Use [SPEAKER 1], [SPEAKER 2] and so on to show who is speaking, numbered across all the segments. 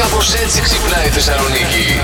[SPEAKER 1] Κάπως έτσι ξυπνάει η Θεσσαλονίκη.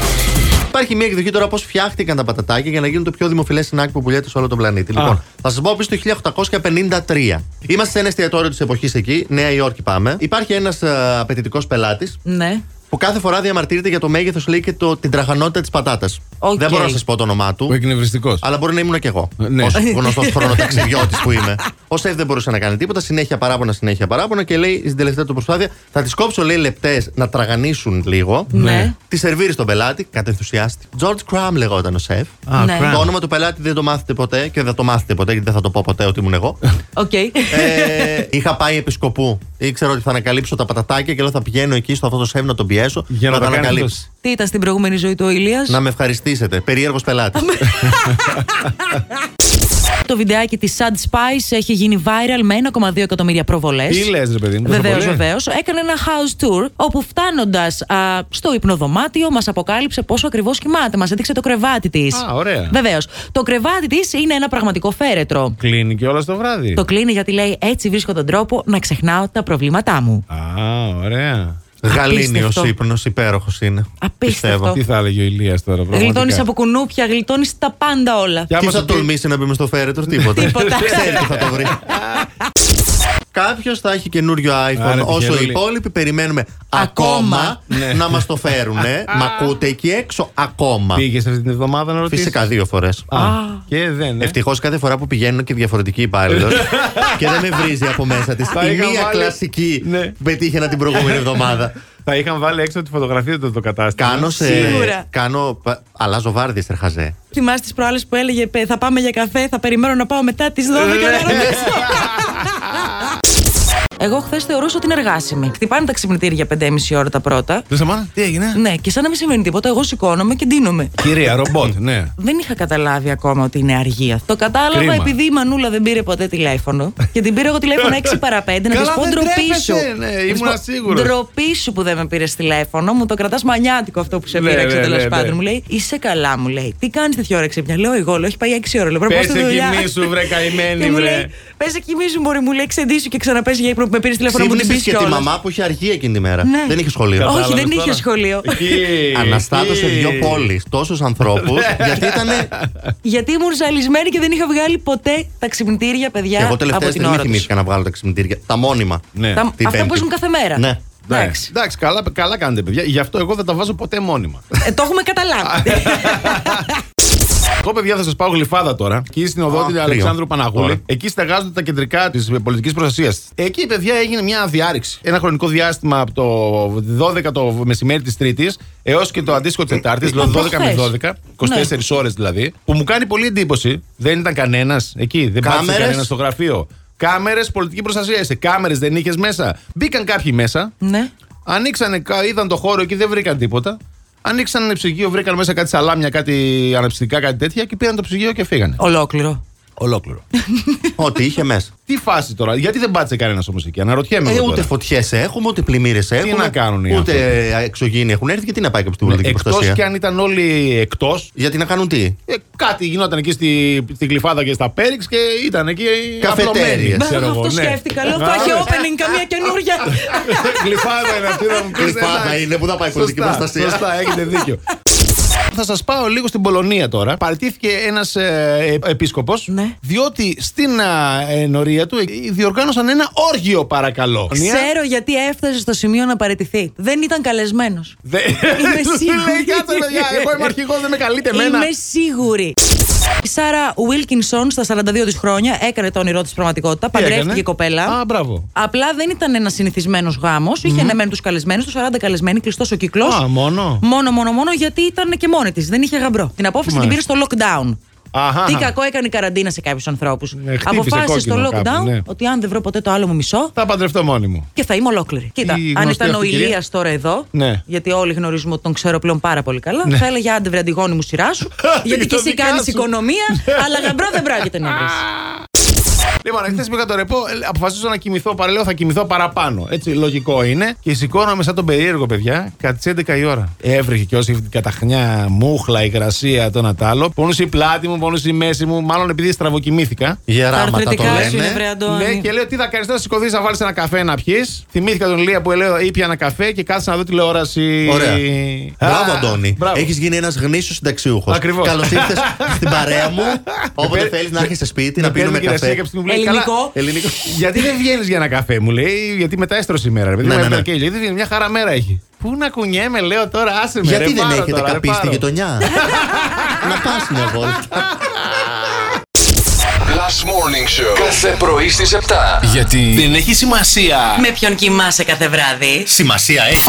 [SPEAKER 2] Υπάρχει μια εκδοχή τώρα πώς φτιάχτηκαν τα πατατάκια για να γίνουν το πιο δημοφιλές συνάκι που πουλιέται σε όλο τον πλανήτη. Λοιπόν, θα σας πω πίσω το 1853. Είμαστε σε ένα εστιατόριο της εποχής εκεί, Νέα Υόρκη πάμε. Υπάρχει ε, ένα απαιτητικός πελάτης
[SPEAKER 3] Ναι.
[SPEAKER 2] που κάθε φορά διαμαρτύρεται για το μέγεθος λέει και το, την τραχανότητα της πατάτας.
[SPEAKER 3] Οκ.
[SPEAKER 2] Δεν μπορώ να σας πω το όνομά του.
[SPEAKER 4] Ο εκνευριστικός.
[SPEAKER 2] Αλλά μπορεί να ήμουν και εγώ.
[SPEAKER 4] Ε, ναι.
[SPEAKER 2] Ως γνωστός χρονοταξιδιώτης που είμαι. Ο Σεφ δεν μπορούσε να κάνει τίποτα. Συνέχεια παράπονα, συνέχεια παράπονα. Και λέει στην τελευταία του προσπάθεια θα τις κόψω, λέει, λεπτές να τραγανίσουν λίγο.
[SPEAKER 3] Ναι.
[SPEAKER 2] Τη σερβίρει στον πελάτη, κατενθουσιάστη. George Crumb λεγόταν ο Σεφ.
[SPEAKER 3] Ναι.
[SPEAKER 2] Το όνομα του πελάτη δεν το μάθετε ποτέ και δεν θα το μάθετε ποτέ γιατί δεν θα το πω ποτέ ότι ήμουν εγώ.
[SPEAKER 3] Οκ.
[SPEAKER 2] ε, είχα πάει επισκοπού. Ήξερα ότι θα ανακαλύψω τα πατατάκια και λέω θα πηγαίνω εκεί στο αυτό το Σεφ να τον πιέσω.
[SPEAKER 4] Για να
[SPEAKER 2] τα
[SPEAKER 4] τα κάνεις
[SPEAKER 2] ανακαλύψω.
[SPEAKER 4] αυτός.
[SPEAKER 3] Τι ήταν στην προηγούμενη ζωή του ο Ηλίας
[SPEAKER 2] Να με ευχαριστήσετε. Περίεργος πελάτης.
[SPEAKER 3] Το βιντεάκι της Sad Spice έχει γίνει viral με 1,2 εκατομμύρια προβολές
[SPEAKER 4] Τι λες, ρε παιδί μου. τόσο
[SPEAKER 3] Βεβαίω,
[SPEAKER 4] πολύ?
[SPEAKER 3] βεβαίως. Έκανε ένα house tour όπου φτάνοντας στο υπνοδωμάτιο μας αποκάλυψε πόσο ακριβώς κοιμάται. Μας έδειξε το κρεβάτι της.
[SPEAKER 4] Α, ωραία.
[SPEAKER 3] Βεβαίως. Το κρεβάτι της είναι ένα πραγματικό φέρετρο.
[SPEAKER 4] Κλείνει και όλα το βράδυ.
[SPEAKER 3] Το κλείνει γιατί λέει έτσι βρίσκω τον τρόπο να ξεχνάω τα προβλήματά μου.
[SPEAKER 4] Α, ωραία.
[SPEAKER 2] Γαλήνιος
[SPEAKER 3] Απίστευτο.
[SPEAKER 2] ύπνος, υπέροχος είναι.
[SPEAKER 3] Απίστευτο.
[SPEAKER 2] Πιστεύω.
[SPEAKER 4] Τι θα έλεγε ο Ηλίας τώρα, πραγματικά.
[SPEAKER 3] Γλιτώνεις από κουνούπια, γλιτώνεις τα πάντα όλα.
[SPEAKER 4] Και άμα
[SPEAKER 2] Τι θα
[SPEAKER 4] σου πει-
[SPEAKER 2] τολμήσει να μπει μες στο φέρετρο, τίποτα.
[SPEAKER 3] Τίποτα.
[SPEAKER 2] Ξέρει τι θα το βρει. Κάποιος θα έχει καινούριο iPhone.
[SPEAKER 4] Άρα,
[SPEAKER 2] όσο οι
[SPEAKER 4] τυχερούλη.
[SPEAKER 2] υπόλοιποι περιμένουμε ακόμα
[SPEAKER 3] Ακόμα.
[SPEAKER 2] να μας το φέρουν.
[SPEAKER 4] Ναι.
[SPEAKER 2] Μα ακούτε εκεί έξω ακόμα.
[SPEAKER 4] Πήγες αυτή την εβδομάδα να ρωτήσεις.
[SPEAKER 2] Φυσικά δύο φορές.
[SPEAKER 4] Και δεν. ε.
[SPEAKER 2] Ευτυχώς κάθε φορά που πηγαίνουν και διαφορετική υπάλληλο και δεν με βρίζει από μέσα της.
[SPEAKER 4] Θα
[SPEAKER 2] Η
[SPEAKER 4] είχα
[SPEAKER 2] μία
[SPEAKER 4] βάλει-
[SPEAKER 2] κλασική
[SPEAKER 4] Ναι.
[SPEAKER 2] που πετύχαινα την προηγούμενη εβδομάδα.
[SPEAKER 4] Θα είχαν βάλει έξω τη φωτογραφία του το κατάστημα.
[SPEAKER 2] Κάνω σε.
[SPEAKER 3] Σίγουρα.
[SPEAKER 2] Κάνω. πα- Αλλάζω βάρδιε, τρεχαζέ.
[SPEAKER 3] Θυμάσαι τις προάλλες που έλεγε «Παι, Θα πάμε για καφέ, θα περιμένω να πάω μετά τις 12 να ρωτήσω». Εγώ χθες θεωρούσα ότι είναι εργάσιμη. Χτυπάνε τα ξυπνητήρια 5,5 ώρα τα πρώτα.
[SPEAKER 4] Δεν σταμάτα, τι έγινε.
[SPEAKER 3] Ναι, και σαν να μην συμβαίνει τίποτα, εγώ σηκώνομαι και ντύνομαι.
[SPEAKER 4] Κυρία, ρομπότ, ναι.
[SPEAKER 3] Δεν είχα καταλάβει ακόμα ότι είναι αργία. Το κατάλαβα
[SPEAKER 4] Κρίμα.
[SPEAKER 3] επειδή η Μανούλα δεν πήρε ποτέ τηλέφωνο. και την πήρα εγώ τηλέφωνο 6 παρα 5 να
[SPEAKER 4] Καλά,
[SPEAKER 3] της πω
[SPEAKER 4] δεν
[SPEAKER 3] ντροπή σου.
[SPEAKER 4] τρέπεσαι, ναι,
[SPEAKER 3] Να της
[SPEAKER 4] ήμουνα
[SPEAKER 3] πω,
[SPEAKER 4] σίγουρος.
[SPEAKER 3] Ντροπή σου που δεν με πήρες τηλέφωνο, μου το κρατάς μανιάτικο αυτό που σε
[SPEAKER 4] Ναι,
[SPEAKER 3] πήραξε
[SPEAKER 4] ναι,
[SPEAKER 3] τέλος
[SPEAKER 4] ναι,
[SPEAKER 3] πάντων.
[SPEAKER 4] ναι.
[SPEAKER 3] Μου λέει Είσαι καλά, μου λέει. Τι κάνεις τέτοια ώρα ξύπνια. Λέω εγώ, λέω, έχει πάει 6 ώρα. Λέω, πρέπει να πάω
[SPEAKER 4] Πες
[SPEAKER 3] στη
[SPEAKER 4] σε
[SPEAKER 3] δουλειά».
[SPEAKER 4] κοιμήσου, βρε, καημένη,
[SPEAKER 3] Και μου
[SPEAKER 4] βρε.
[SPEAKER 3] λέει, Πες κοιμήσου, μπορεί μου λέει ξεντήσου και ξαναπέσει για ύπνο που με πήρες τηλέφωνο μου την
[SPEAKER 2] Ξύπνησες
[SPEAKER 3] πεις
[SPEAKER 2] και τη
[SPEAKER 3] κιόλας».
[SPEAKER 2] μαμά που είχε αργία εκείνη τη μέρα.
[SPEAKER 3] Ναι.
[SPEAKER 2] Δεν είχε σχολείο.
[SPEAKER 3] Όχι,
[SPEAKER 4] Κατάλαβες
[SPEAKER 3] δεν είχε
[SPEAKER 4] τώρα.
[SPEAKER 3] σχολείο.
[SPEAKER 4] Εκεί,
[SPEAKER 2] Αναστάτωσε
[SPEAKER 4] εκεί.
[SPEAKER 2] δύο πόλεις, τόσους ανθρώπους,
[SPEAKER 4] Ναι.
[SPEAKER 2] γιατί ήταν.
[SPEAKER 3] Γιατί ήμουν ζαλισμένη και δεν είχα βγάλει ποτέ τα ξυπνητήρια, παιδιά.
[SPEAKER 2] Εγώ
[SPEAKER 3] από
[SPEAKER 2] τελευταία
[SPEAKER 3] την
[SPEAKER 2] στιγμή
[SPEAKER 3] ώρα τους.
[SPEAKER 2] θυμήθηκα να βγάλω τα ξυπνητήρια. Τα μόνιμα.
[SPEAKER 4] Ναι.
[SPEAKER 3] Τα-
[SPEAKER 2] Την
[SPEAKER 3] Αυτά που
[SPEAKER 2] Πέμπτη.
[SPEAKER 3] παίζουν κάθε μέρα.
[SPEAKER 2] Ναι.
[SPEAKER 4] Ναι.
[SPEAKER 3] Εντάξει.
[SPEAKER 4] Εντάξει, καλά, καλά κάνετε, παιδιά. Γι' αυτό εγώ δεν τα βάζω ποτέ μόνιμα.
[SPEAKER 3] Ε, το έχουμε καταλάβει.
[SPEAKER 4] Εγώ, παιδιά, θα σας πάω γλυφάδα τώρα. Εκεί στην
[SPEAKER 2] Α,
[SPEAKER 4] οδό την
[SPEAKER 2] κρύο.
[SPEAKER 4] Αλεξάνδρου
[SPEAKER 2] Ωραία.
[SPEAKER 4] Παναγούλη. Εκεί στεγάζονται τα κεντρικά της πολιτικής προστασίας. Εκεί, παιδιά, έγινε μια διάρρηξη. Ένα χρονικό διάστημα από το 12 το μεσημέρι της Τρίτης έως και το αντίστοιχο της Τετάρτης,
[SPEAKER 3] Από
[SPEAKER 4] δηλαδή 12 με
[SPEAKER 3] χθες.
[SPEAKER 2] Ναι.
[SPEAKER 4] 12, 24 ώρες δηλαδή, που μου κάνει πολύ εντύπωση. Δεν ήταν κανένας εκεί, δεν πάτησε
[SPEAKER 2] Κάμερες.
[SPEAKER 4] κανένας στο γραφείο. Κάμερες, πολιτική προστασία είσαι. Κάμερες δεν είχες μέσα. Μπήκαν κάποιοι μέσα,
[SPEAKER 3] ναι.
[SPEAKER 4] Ανοίξανε, κα- είδαν το χώρο εκεί, δεν βρήκαν τίποτα. Ανοίξαν ένα ψυγείο, βρήκαν μέσα κάτι σαλάμια, κάτι αναψυκτικά, κάτι τέτοια και πήραν το ψυγείο και φύγανε.
[SPEAKER 3] Ολόκληρο.
[SPEAKER 4] Ολόκληρο.
[SPEAKER 2] Ό,τι είχε μέσα.
[SPEAKER 4] Τι φάση τώρα, γιατί δεν πάτησε κανένας όμως εκεί, αναρωτιέμαι.
[SPEAKER 2] Ε,
[SPEAKER 4] εγώ
[SPEAKER 2] ούτε
[SPEAKER 4] τώρα.
[SPEAKER 2] φωτιές έχουμε, ούτε πλημμύρες έχουμε.
[SPEAKER 4] να κάνουν οι
[SPEAKER 2] Ούτε ε, εξωγήινοι έχουν έρθει και τι να πάει κάποιο στην πολιτική
[SPEAKER 4] Εκτός
[SPEAKER 2] προστασία.
[SPEAKER 4] και αν ήταν όλοι εκτός.
[SPEAKER 2] Γιατί να κάνουν τι.
[SPEAKER 4] κάτι γινόταν εκεί στη, στην κλειφάδα και στα Πέριξ και ήταν εκεί.
[SPEAKER 2] Καφετέριες.
[SPEAKER 4] απλωμένοι,
[SPEAKER 2] Μπα,
[SPEAKER 4] ξέρω
[SPEAKER 3] Μπα, αυτό
[SPEAKER 4] εγώ, ναι.
[SPEAKER 3] σκέφτηκα. Λέω, θα έχει opening καμία καινούργια.
[SPEAKER 4] Γλυφάδα είναι αυτή να μου πεις,
[SPEAKER 2] Γλυφάδα
[SPEAKER 4] εντάξει.
[SPEAKER 2] είναι που θα πάει πολιτική
[SPEAKER 4] Σωστά,
[SPEAKER 2] προστασία.
[SPEAKER 4] Σωστά, έχετε δίκιο. Θα σας πάω λίγο στην Πολωνία τώρα. Παρατήθηκε ένας ε, επίσκοπος,
[SPEAKER 3] Ναι.
[SPEAKER 4] διότι στην ε, ενορία του ε, διοργάνωσαν ένα όργιο, παρακαλώ.
[SPEAKER 3] Ξέρω γιατί έφτασε στο σημείο να παραιτηθεί. Δεν ήταν καλεσμένος.
[SPEAKER 4] Δε-
[SPEAKER 3] Είμαι
[SPEAKER 4] Του
[SPEAKER 3] σίγουρη.
[SPEAKER 4] λέει, κάτσε, παιδιά, εγώ είμαι αρχηγός, δεν με καλείτε εμένα.
[SPEAKER 3] Είμαι σίγουρη. Η Σάρα Βίλκινσον στα 42 της χρόνια έκανε το όνειρό της πραγματικότητα.
[SPEAKER 4] Τι έκανε?
[SPEAKER 3] Παντρεύτηκε η κοπέλα.
[SPEAKER 4] Α, μπράβο.
[SPEAKER 3] Απλά δεν ήταν ένας συνηθισμένος γάμος. Είχε αναμένει τους καλεσμένους, του 40 καλεσμένοι, κλειστός ο κύκλος.
[SPEAKER 4] Α, μόνο.
[SPEAKER 3] Μόνο, μόνο, μόνο γιατί ήταν και μόνη της. Δεν είχε γαμπρό. Την απόφαση την πήρε στο
[SPEAKER 4] Μάλιστα.
[SPEAKER 3] lockdown.
[SPEAKER 4] Αχα.
[SPEAKER 3] Τι κακό έκανε η καραντίνα σε κάποιους ανθρώπους.
[SPEAKER 4] Ναι, χτύπησε
[SPEAKER 3] Αποφάσισε στο
[SPEAKER 4] κόκκινο
[SPEAKER 3] lockdown
[SPEAKER 4] κάπου, ναι.
[SPEAKER 3] ότι αν δεν βρω ποτέ το άλλο μου μισό,
[SPEAKER 4] Θα παντρευτώ μόνη μου.
[SPEAKER 3] και θα είμαι ολόκληρη. Κοίτα,
[SPEAKER 4] γνωστή
[SPEAKER 3] αν ήταν ο
[SPEAKER 4] αυτή η κυρία.
[SPEAKER 3] Ηλίας τώρα εδώ,
[SPEAKER 4] Ναι.
[SPEAKER 3] γιατί όλοι γνωρίζουμε ότι τον ξέρω πλέον πάρα πολύ καλά, θα έλεγε άντε βρε Αντιγόνη μου σειρά σου, γιατί
[SPEAKER 4] Για
[SPEAKER 3] και
[SPEAKER 4] τα
[SPEAKER 3] εσύ
[SPEAKER 4] δικά
[SPEAKER 3] κάνεις
[SPEAKER 4] σου. Ναι.
[SPEAKER 3] οικονομία, αλλά γαμπρό δεν πρόκειται να βρεις.
[SPEAKER 4] Λοιπόν, εχθές πήγα το ρεπό, ε, αποφασίζω να κοιμηθώ. Παραλέω, θα κοιμηθώ παραπάνω. Έτσι, λογικό είναι. Και σηκώνομαι σαν τον περίεργο, παιδιά, κατά τι 11 η ώρα. Έβρεχε και όση καταχνιά, μούχλα, υγρασία, το ένα τ' άλλο. Πονούσε η πλάτη μου, πονούσε η μέση μου. Μάλλον επειδή στραβοκοιμήθηκα.
[SPEAKER 2] Γεράματα το
[SPEAKER 3] αρθρητικά σου είναι, βρε
[SPEAKER 2] λένε.
[SPEAKER 3] Αντώνη.
[SPEAKER 4] Ναι, και λέω τι θα κάνεις τώρα, σηκωθείς να βάλεις ένα καφέ να πιεις. Θυμήθηκα τον Λία που λέω ήπια ένα καφέ και κάθισα να δω τηλεόραση.
[SPEAKER 2] Ωραία.
[SPEAKER 4] Ε, Α,
[SPEAKER 2] Μπράβο, Αντώνη.
[SPEAKER 4] μπράβο.
[SPEAKER 2] Έχεις γίνει ένας γνήσιος συνταξιούχος.
[SPEAKER 4] Ακριβώς.
[SPEAKER 2] Καλώς ήρθες στην παρέα μου. Όποτε
[SPEAKER 4] παίρνει-
[SPEAKER 2] θέλεις να έρχεσαι σπίτι,
[SPEAKER 4] Με
[SPEAKER 2] να πίνουμε
[SPEAKER 4] παίρνει και η Ρασία και
[SPEAKER 2] καφέ.
[SPEAKER 4] αυτή μου λέει,
[SPEAKER 3] Ελληνικό.
[SPEAKER 4] «Καλά,
[SPEAKER 2] Ελληνικό.
[SPEAKER 4] Γιατί δεν βγαίνεις για ένα καφέ, μου λέει, γιατί μετά έστρωσε η μέρα. Ρε, παιδί
[SPEAKER 2] Ναι,
[SPEAKER 4] μου,
[SPEAKER 2] ναι, ναι.
[SPEAKER 4] έπαιρνε και ήλιο. «Δεν- μια χαρά μέρα έχει. Πού να κουνιέμαι, λέω τώρα, άσε με.
[SPEAKER 2] Γιατί
[SPEAKER 4] ρε,
[SPEAKER 2] δεν
[SPEAKER 4] πάρω
[SPEAKER 2] έχετε
[SPEAKER 4] τώρα, ρε,
[SPEAKER 2] καπεί στη
[SPEAKER 4] πάρω.
[SPEAKER 2] γειτονιά. Να πας μια βόλτα.
[SPEAKER 1] Last Morning Show. Κάθε πρωί στις 7.
[SPEAKER 5] Γιατί δεν έχει σημασία.
[SPEAKER 3] Με ποιον κοιμάσαι κάθε βράδυ.
[SPEAKER 5] Σημασία έχει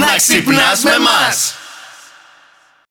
[SPEAKER 5] να ξυπνάς με μας.